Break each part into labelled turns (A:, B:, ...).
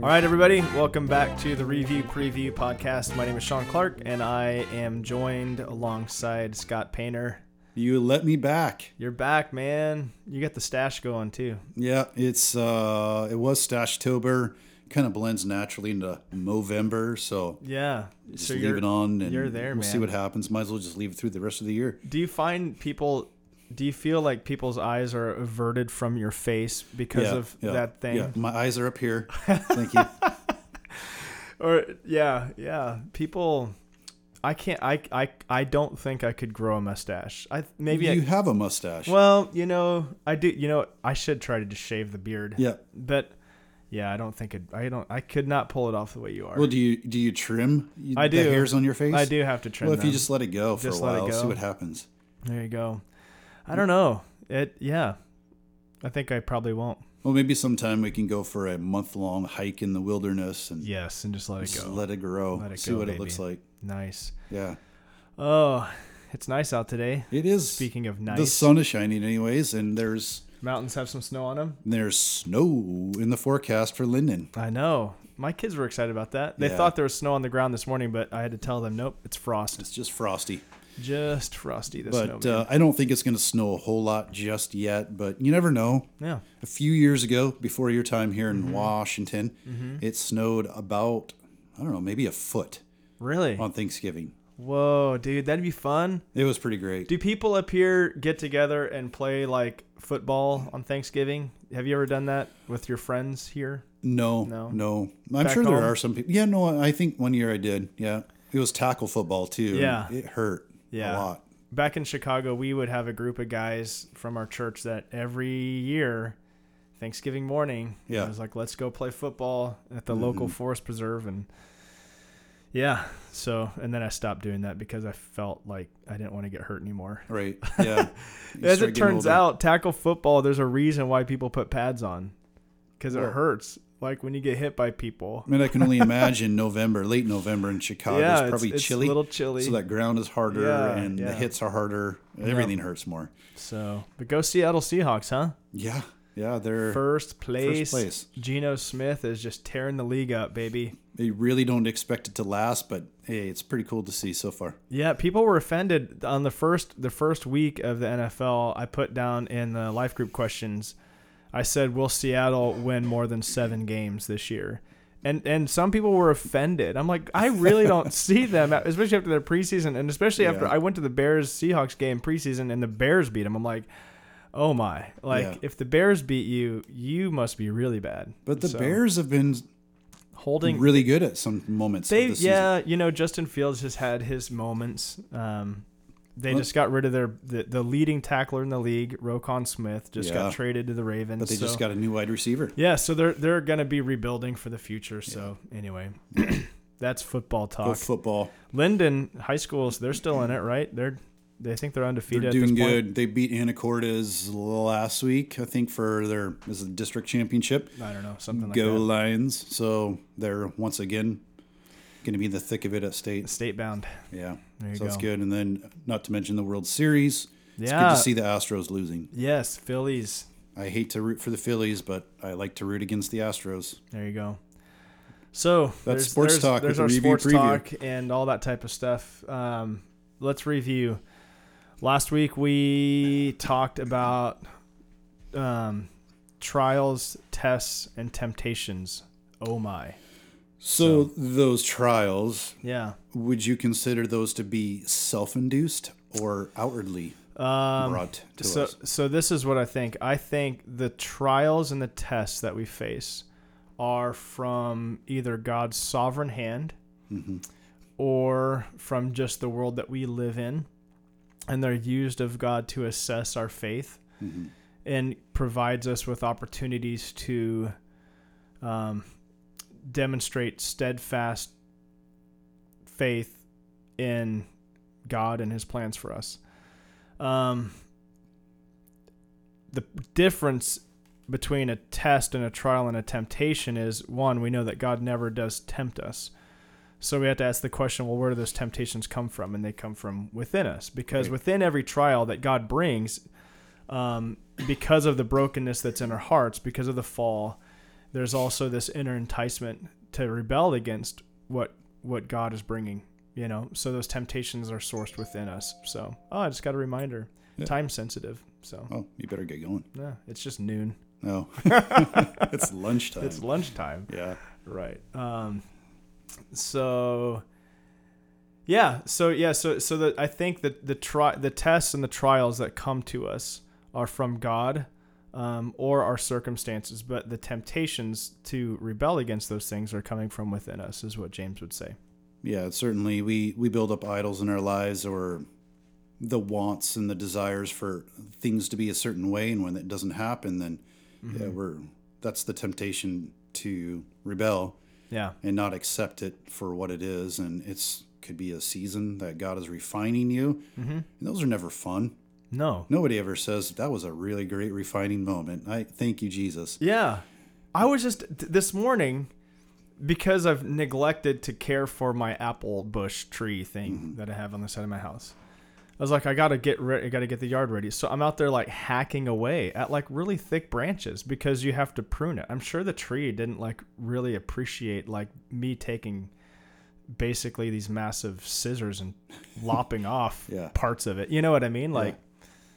A: All right, everybody, welcome back to the Review Preview podcast. My name is Sean Clark, and I am joined alongside Scott Painter.
B: You let me back.
A: You're back, man. You got the stash going too.
B: Yeah, it's uh it was Stashtober. Kind of blends naturally into Movember, so
A: Yeah.
B: just
A: So
B: leave
A: you're,
B: it on and
A: you're there,
B: we'll see
A: man.
B: what happens. Might as well just leave it through the rest of the year.
A: do you find people? Do you feel like people's eyes are averted from your face because of that thing?
B: Yeah. My eyes are up here. Thank you.
A: Or yeah, yeah. People, I can't. I I I don't think I could grow a mustache. I maybe
B: you
A: I,
B: have a mustache.
A: Well, you know, I do. You know, I should try to just shave the beard.
B: yeah.
A: But yeah, I don't think it, I don't. I could not pull it off the way you are.
B: Well, do you do you trim you,
A: I do.
B: the hairs on your face?
A: I do have to trim.
B: Well, if you
A: them.
B: just let it go for
A: Just
B: a
A: let it
B: while, see
A: go.
B: what happens.
A: there you go. I don't know. It yeah. I think I probably won't.
B: Well, maybe sometime we can go for a month long hike in the wilderness and
A: Yes, and just let it
B: just
A: go.
B: let it grow.
A: Let it
B: see
A: go,
B: what
A: baby.
B: it looks like.
A: nice.
B: Yeah.
A: Oh, it's nice out today.
B: It is.
A: Speaking of
B: The
A: nice,
B: sun is shining anyways, and there's
A: mountains have some snow on them.
B: there's snow in the forecast for Linden.
A: I know. My kids were excited about that. They
B: Yeah.
A: thought there was snow on the ground this morning, but I had to tell them, nope, it's frost.
B: It's just frosty,
A: Just frosty this
B: but
A: snowman.
B: uh, I don't think it's going to snow a whole lot just yet. But you never know.
A: yeah.
B: A few years ago, before your time here
A: Mm-hmm.
B: in Washington, it snowed about I don't know maybe a foot
A: Really?
B: on Thanksgiving.
A: Whoa, dude, that'd be fun.
B: It was pretty great.
A: Do people up here get together and play like football on Thanksgiving? Have you ever done that with your friends here?
B: no,
A: No.
B: no, I'm
A: Back
B: sure there
A: home?
B: are some people. Yeah, no, I think one year I did. Yeah, it was tackle football too. and
A: Yeah.
B: it hurt.
A: Yeah.
B: a lot.
A: Back in Chicago, we would have a group of guys from our church that every year, Thanksgiving morning,
B: Yeah. Mm-hmm.
A: I was like, let's go play football at the local forest preserve. And yeah, so, and then I stopped doing that because I felt like I didn't want to get hurt anymore.
B: Right. Yeah. You
A: As
B: start
A: it
B: getting
A: turns
B: older.
A: out, tackle football, there's a reason why people put pads on because it
B: Well-
A: hurts. Like when you get hit by people.
B: I mean, I can only imagine November, late November in Chicago.
A: yeah,
B: it's probably
A: it's,
B: chilly.
A: a little chilly.
B: So that ground is harder
A: Yeah,
B: and
A: yeah.
B: the hits are harder. Everything hurts more.
A: so, but go Seattle Seahawks, huh?
B: Yeah. Yeah. They're,
A: First place.
B: place.
A: Geno Smith is just tearing the league up, baby.
B: they really don't expect it to last, but hey, it's pretty cool to see so far.
A: Yeah, people were offended on the first the first week of the NFL. I put down in the life group questions. I said, "Will Seattle win more than 7 games this year?" And and some people were offended. I'm like, "I really don't see them, especially after their preseason and especially after
B: Yeah.
A: I went to the Bears Seahawks game preseason and the Bears beat them." I'm like, "Oh my. Like
B: Yeah.
A: if the Bears beat you, you must be really bad."
B: But the
A: So,
B: Bears have been
A: holding
B: really good at some moments.
A: they
B: of the season.
A: yeah, you know, Justin Fields has had his moments. Um, they
B: Well-
A: just got rid of their the, the leading tackler in the league, Rokon Smith, just
B: Yeah.
A: got traded to the Ravens.
B: But they
A: so-
B: just got a new wide receiver.
A: yeah, so they're they're gonna be rebuilding for the future. So anyway, that's football
B: Go
A: talk.
B: football.
A: Linden High Schools, they're still in it, right? They're they think they're undefeated.
B: They're
A: at
B: doing
A: this point.
B: good. They beat Anacortes last week, I think, for their is it district championship.
A: I don't know something like
B: Go
A: that.
B: Lions. So they're once again going to be in the thick of it at state.
A: State bound.
B: Yeah.
A: There you
B: so that's
A: go.
B: good. And then not to mention the World Series. It's good
A: Yeah.
B: to see the Astros losing.
A: Yes, Phillies.
B: I hate to root for the Phillies, but I like to root against the Astros.
A: There you go. So there's,
B: sports
A: there's,
B: talk with
A: There's
B: the
A: our
B: review
A: sports
B: preview.
A: talk and all that type of stuff. Um, let's review. Last week we talked about um, trials, tests, and temptations. Oh my!
B: So, those trials,
A: Yeah.
B: would you consider those to be self-induced or outwardly
A: Um,
B: brought to
A: so
B: us?
A: so this is what I think. I think the trials and the tests that we face are from either God's sovereign hand
B: Mm-hmm.
A: or from just the world that we live in and they're used of God to assess our faith
B: Mm-hmm.
A: and provides us with opportunities to um, demonstrate steadfast faith in God and his plans for us. Um, the difference between a test and a trial and a temptation is one, we know that God never does tempt us. So we have to ask the question, well, where do those temptations come from? And they come from within us because
B: Right.
A: within every trial that God brings, um, because of the brokenness that's in our hearts, because of the fall, there's also this inner enticement to rebel against what what God is bringing. You know, so those temptations are sourced within us. So, oh, I just got a reminder.
B: Yeah.
A: Time sensitive. So,
B: Oh, you better get going.
A: yeah, it's just noon.
B: No, it's lunchtime.
A: It's lunchtime.
B: yeah.
A: Right. Um, so yeah, so yeah, so so that I think that the tri- the tests and the trials that come to us are from God um, or our circumstances, but the temptations to rebel against those things are coming from within us, is what James would say.
B: Yeah, certainly we we build up idols in our lives or the wants and the desires for things to be a certain way and when that doesn't happen then yeah, we're that's the temptation to rebel
A: Yeah.
B: and not accept it for what it is and it's could be a season that God is refining you. Mm-hmm. And those are never fun.
A: No.
B: Nobody ever says that was a really great refining moment. I thank you Jesus.
A: Yeah. I was just th- this morning because I've neglected to care for my apple bush tree thing that I have on the side of my house. I was like, I gotta get ready. I gotta get the yard ready. So I'm out there like hacking away at like really thick branches because you have to prune it. I'm sure the tree didn't like really appreciate like me taking basically these massive scissors and lopping off
B: Yeah.
A: parts of it. You know what I mean? Like,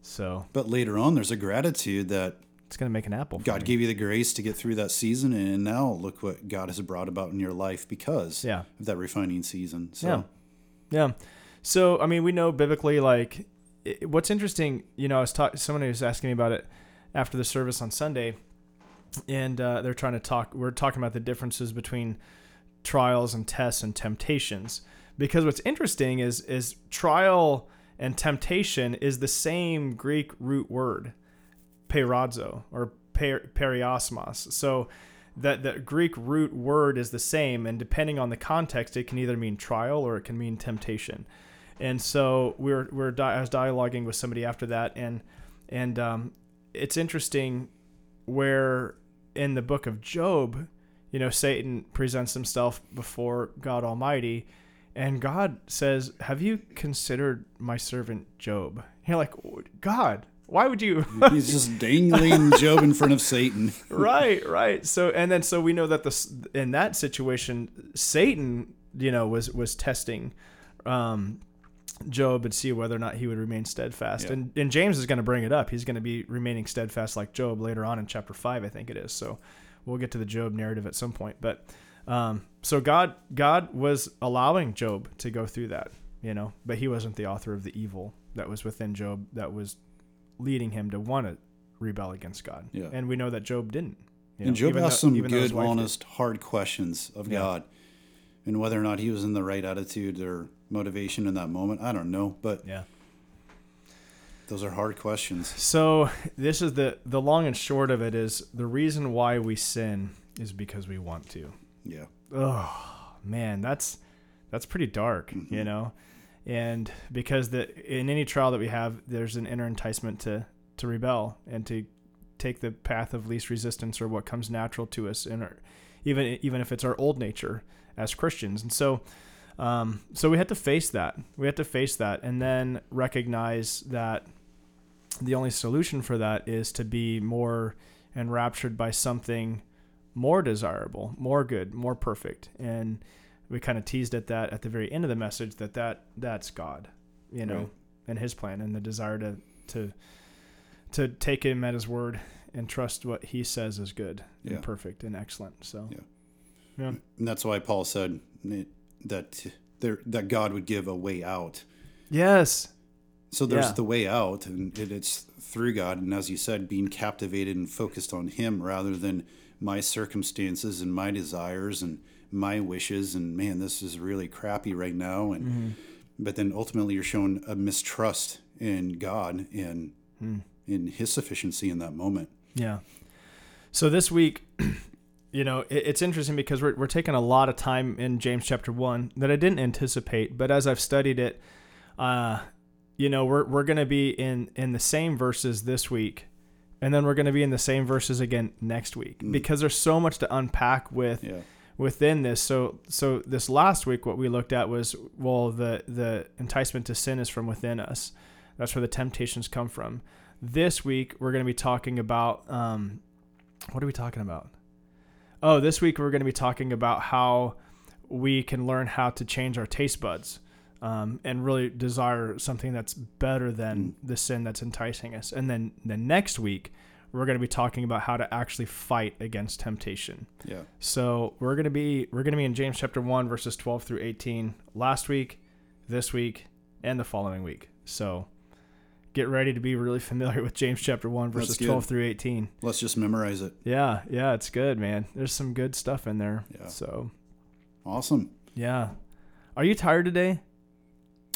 A: so
B: But later on there's a gratitude that
A: it's gonna make an apple. for
B: God
A: me.
B: gave you the grace to get through that season, and now look what God has brought about in your life because
A: Yeah.
B: of that refining season. So,
A: Yeah. Yeah. So, I mean, we know biblically, like, it, what's interesting, you know, I was talking, someone was asking me about it after the service on Sunday, and uh, they're trying to talk, we're talking about the differences between trials and tests and temptations. Because what's interesting is, is trial and temptation is the same Greek root word perazo or per, periosmos. So that the Greek root word is the same, and depending on the context, it can either mean trial or it can mean temptation. And so we were, we were di- I was dialoguing with somebody after that, and and um, it's interesting where in the book of Job, you know, Satan presents himself before God Almighty, and God says, "Have you considered my servant Job?" you're like, "God, why would you?"
B: he's just dangling Job in front of Satan.
A: right right so and then so we know that this in that situation satan you know was was testing um job and see whether or not he would remain steadfast
B: Yeah.
A: and and james is going to bring it up he's going to be remaining steadfast like job later on in chapter 5 i think it is so we'll get to the job narrative at some point but um so god god was allowing job to go through that you know but he wasn't the author of the evil that was within job that was leading him to want to rebel against god
B: Yeah.
A: and we know that Job didn't. you
B: And
A: know,
B: Job
A: even
B: asked
A: though-
B: some
A: even though his
B: good,
A: wife did.
B: honest, hard questions of
A: Yeah.
B: God, and whether or not he was in the right attitude or motivation in that moment, I don't know. But
A: Yeah.
B: those are hard questions.
A: So this is the the long and short of it is the reason why we sin is because we want to.
B: Yeah,
A: Oh man, that's that's pretty dark, you know. And because the in any trial that we have, there's an inner enticement to to rebel and to take the path of least resistance or what comes natural to us, and our, even even if it's our old nature as Christians. And so, um, so we had to face that. We had to face that, and then recognize that the only solution for that is to be more enraptured by something more desirable, more good, more perfect. And we kind of teased at that at the very end of the message that that that's God, you know,
B: Right.
A: and His plan and the desire to to to take Him at His word and trust what He says is good
B: Yeah.
A: and perfect and excellent. So
B: Yeah.
A: yeah,
B: and that's why Paul said that there that God would give a way out.
A: yes,
B: So there's
A: Yeah.
B: the way out, and it, it's through God. And as you said, being captivated and focused on Him rather than my circumstances and my desires and my wishes. And man, this is really crappy right now. And
A: Mm-hmm.
B: but then ultimately, you're shown a mistrust in God and
A: Hmm.
B: in His sufficiency in that moment.
A: Yeah. So this week, you know, it, it's interesting because we're, we're taking a lot of time in James chapter one that I didn't anticipate, but as I've studied it, uh, you know, we're, we're going to be in, in the same verses this week, and then we're going to be in the same verses again next week because there's so much to unpack with
B: Yeah,
A: within this. So so this last week what we looked at was well the the enticement to sin is from within us. That's where the temptations come from. This week we're going to be talking about um, what are we talking about? oh, this week we're going to be talking about how we can learn how to change our taste buds um, and really desire something that's better than the sin that's enticing us. And then the next week, we're going to be talking about how to actually fight against temptation.
B: Yeah.
A: So we're gonna be we're gonna be in James chapter one verses twelve through eighteen last week, this week, and the following week. So get ready to be really familiar with James chapter one verses
B: good.
A: twelve through eighteen.
B: Let's just memorize it.
A: Yeah, yeah, it's good, man. There's some good stuff in there.
B: Yeah.
A: So
B: Awesome.
A: yeah. Are you tired today?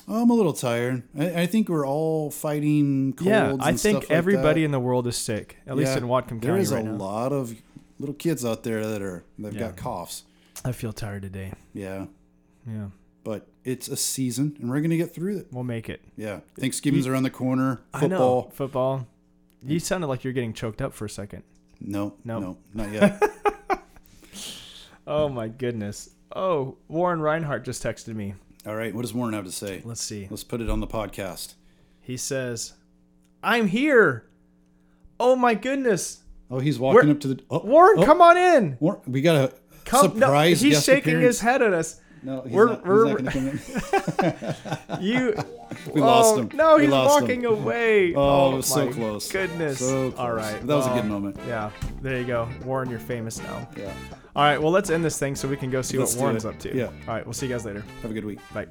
B: I'm a little tired. I, I think we're all fighting colds.
A: yeah, I think
B: and stuff like
A: everybody
B: that.
A: in the world is sick. At least
B: Yeah.
A: in Watcom County
B: There is
A: right
B: a
A: now.
B: lot of little kids out there that are they've
A: Yeah.
B: got coughs.
A: I feel tired today.
B: Yeah,
A: Yeah,
B: but it's a season, and we're gonna get through it.
A: we'll make it.
B: Yeah, Thanksgiving's around the corner.
A: I know
B: Football.
A: football. You sounded like you're getting choked up for a second.
B: No,
A: No.
B: no, not yet.
A: Oh my goodness. Oh, Warren Reinhardt just texted me.
B: all right, what does Warren have to say?
A: Let's see.
B: Let's put it on the podcast.
A: He says, "I'm here." Oh my goodness.
B: Oh, he's walking
A: Where-
B: up to the. Oh,
A: Warren, come on in.
B: Warren, we got a
A: Come, no,
B: surprise.
A: he's
B: guest
A: shaking
B: appearance.
A: his head at us.
B: No, he's
A: We're-
B: not, he's
A: we're-
B: not gonna come in.
A: You
B: We
A: oh,
B: lost him.
A: No,
B: We
A: he's
B: lost him.
A: walking away.
B: Oh, it was so
A: my
B: close.
A: Goodness.
B: So close.
A: All right.
B: That was a
A: well,
B: good moment.
A: Yeah. There you go. Warren, you're famous now.
B: Yeah.
A: All right, well, let's end this thing so we can go see
B: Let's do
A: what Warren's
B: it.
A: up to.
B: Yeah.
A: All right, we'll see you guys later.
B: Have a good week.
A: Bye.